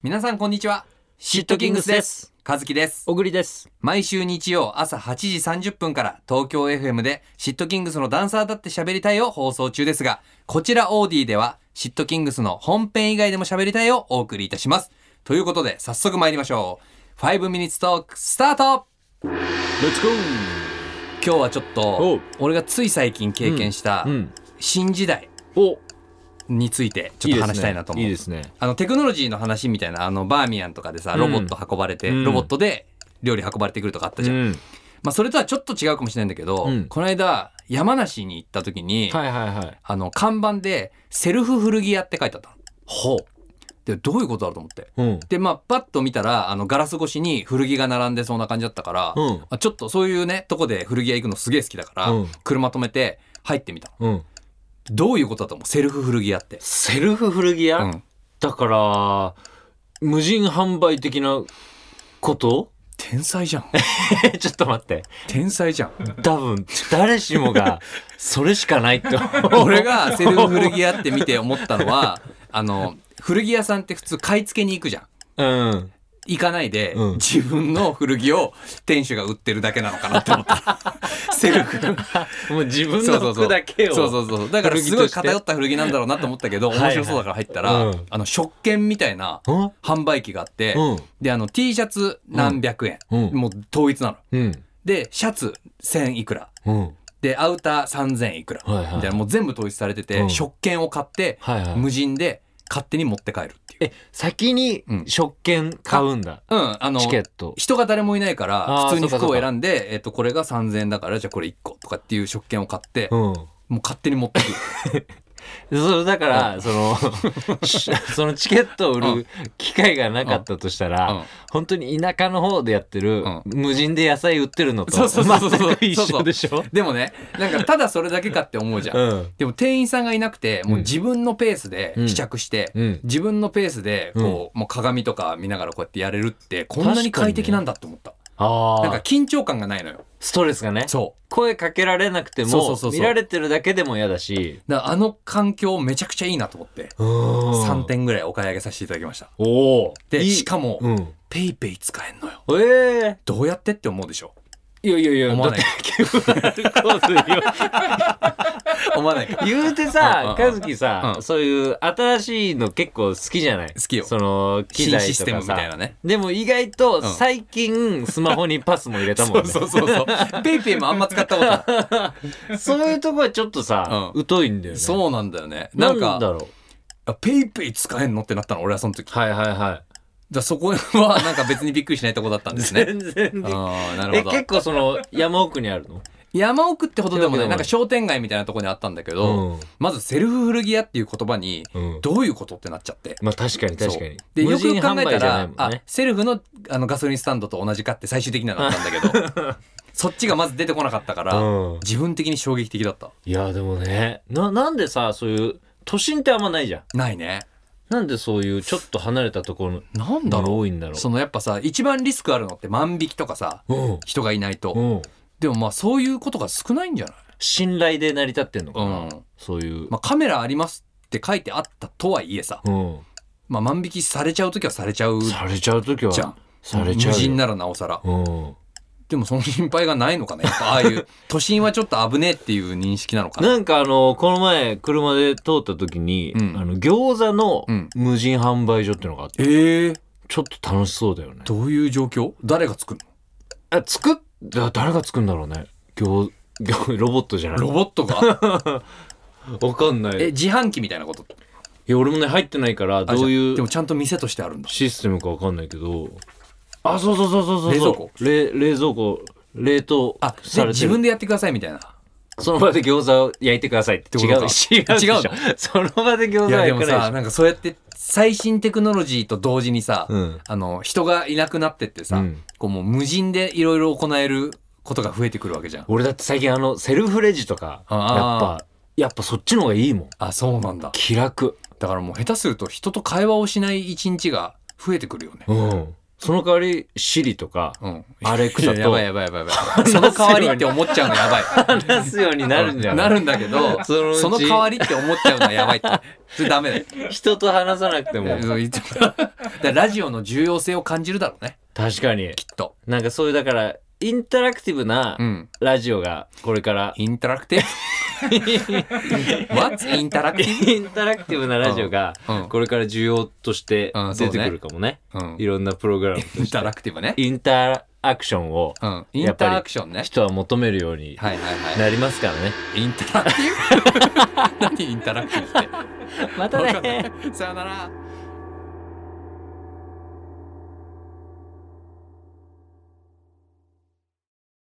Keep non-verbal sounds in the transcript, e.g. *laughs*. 皆さんこんにちはシットキングスです和樹です小栗です。毎週日曜朝8時30分から東京 FM でシットキングスのダンサーだって喋りたいを放送中ですがこちらオーディではシットキングスの本編以外でも喋りたいをお送りいたしますということで早速参りましょう5ミニッツトークスタートレッツゴー今日はちょっおとう俺がつい最近経験したうん新時代おについてちょっと話したいなと思ういいですね。あのテクノロジーの話みたいなあのバーミヤンとかでさうんロボット運ばれて、うんロボットで料理運ばれてくるとかあったじゃん、うんまあ、それとはちょっと違うかもしれないんだけど、うんこの間山梨に行った時に、はいはいはい。あの看板で「セルフ古着屋」って書いてあったの。ほでどういうことだろうと思って。う。うん。でまあパッと見たらあのガラス越しに古着が並んでそうな感じだったから、うんあちょっとそういうねとこで古着屋行くのすげえ好きだから、うん車止めて入ってみたの。うん。どういうことだと思うセルフ古着屋って。セルフ古着屋、うんだから、無人販売的なこと *laughs* 天才じゃん。えちょっと待って。天才じゃん。多分、誰し *laughs* もが、それしかないって思う。俺がセルフ古着屋って見て思ったの *laughs* はあの古着屋さんって普通買い付けに行くじゃんうん。行かないで、うん自分の古着を店主が売ってるだけなのかなって思った *laughs* セルフもう自分の服だけを。そうそうそうだからすご古着といして偏った古着なんだろうなと思ったけどはいはい面白そうだから入ったら、うんあの食券みたいなうん販売機があって、うんであの T シャツ何百円、うんもう統一なのうん。でシャツ1000いくらうん。でアウター3000いくら、はいはいみたいなもう全部統一されてて、うん食券を買って、はいはい無人で勝手に持って帰るっていう。え、先にうん食券買うんだ。うん、あのチケット。人が誰もいないかあらー普通にそうか服そうをか選んで、えっとこれが3,000円だからじゃあこれ1個とかっていう食券を買って、うん。もう勝手に持ってくるそうだから、その *laughs* しそのチケットを売る機会がなかったとしたら、うん本当に田舎の方でやってる、うん無人で野菜売ってるのとそうそうそうそう全く一緒でしょでもねなんかただそれだけかって思うじゃん、うんでも店員さんがいなくてもう自分のペースで試着して、うん自分のペースでこう,、もう鏡とか見ながらこうやってやれるってこんなに確かにね快適なんだって思った、あなんかあ緊張感がないのよストレスがねそう声かけられなくてもそうそうそうそう見られてるだけでも嫌だしだからあの環境めちゃくちゃいいなと思って、 3 3点ぐらいお買い上げさせていただきましたおおでしかも、うん、ペイペイ使えんのよえどうやってって思うでしょえいやいやいや思わないだって QR コードよ思わないか *laughs* 言うてうんうんさ、うん和樹さ、うんそういう新しいの結構好きじゃない好きよその機 *laughs* 新材とかさシステムみたいなねでも意外と最近スマホにパスも入れたもん *laughs* ね。そうそうそうそうペイペイもあんま使ったことないそういうとこはちょっとさ、う疎いんだよ *laughs* ね。そうなんだよねななんんかだろう。あペイペイ使えんのってなったの俺はその時だかはいはいはらそこはなんか別にびっくりしないとこだったんい。 *laughs* ですね全然できああなるえ、ほど結構その山奥にあるの山奥ってほどでもってわけでもねないなんか商店街みたいなとこにあったんだけど、うんまずセルフ古着屋っていう言葉にうんどういうことってなっちゃってまあ確かに確かそうに。で無よくよ人く考え販た売じゃら、ないもんあね。セルフのあのガソリンスタンドと同じかって最終的にはなったんだけ *laughs* どそっちがまず出てこなかったから、うん自分的に衝撃的だったいや、でもね、な、なんでさ、そういう、都心ってあんまないじゃん。ないねなんでそういうちょっと離れたところのなんだろう多いんだろう。そのやっぱさ一番リスクあるのって万引きとかさうん人がいないと、うんでもまあそういうことが少ないんじゃない信頼で成り立ってんのかな、うんそういう、まあカメラありますって書いてあったとはいえさ、うんまあ、万引きされちゃう時はされちゃうされちゃう時はじゃんされちゃうよ無人ならなおさらうん、でもその心配がないのかねやっぱああいう *laughs* 都心はちょっと危ねえっていう認識なのかななんかあのこの前車で通った時に、うんあの餃子のうん無人販売所ってのがあって、ええちょっと楽しそうだよねどういう状況誰が作るあ作っだ誰が作るんだろうね餃 *laughs* 餃ロボットじゃないのロボットがわかんな *laughs* いえい自販機みたいなことや俺もね入ってないからあどういじゃあでうもちゃんと店としてあるんだシステムかわかんないけどあそうそうそうそうそう冷蔵庫冷冷蔵庫冷凍あさでれて自る分でやってくださいみたいなその場で餃子を焼いてくださいってって違ことうか違う違うの違う *laughs* その場で餃子はいやで焼もかなさいでしなんかそうやって最新テクノロジーと同時にさ、うんあの人がいなくなってってさ、うんこうもう無人でいろいろ行えることが増えてくるわけじゃんょ俺だって最近あのセルフレジとかやっあーぱやっぱそっちの方がいいもんあそうなんだ気楽だからもう下手すると人と会話をしない一日が増えてくるよねうんその代わりシリとか、うん。アレクサとやばいやばいやばいやばい。その代わりって思っちゃうのやばい。 *laughs* 話すようになるんじゃないなるんだけど、そのうちその代わりって思っちゃうのはやばい *laughs* って。それダメだよ。人と話さなくてもそう言ってもだからラジオの重要性を感じるだろうね、確かにきっと。なんかそういうだからインタラクティブなうん。ラジオがこ *laughs* れから、インタラクティ *laughs* ブ ?What's インタラクティインタラクティブなラジオがうんこれから重要としてうんそう出ねてくるかもね,、ブ、うんいろんなプログラムインタラクティブね。インタアクションをうん。インタラクションね。人は求めるようにはいはいはなりますからね、い。イ *laughs* ンタラクティブ何インタラクティブって。 *laughs* まわかんないさよなら。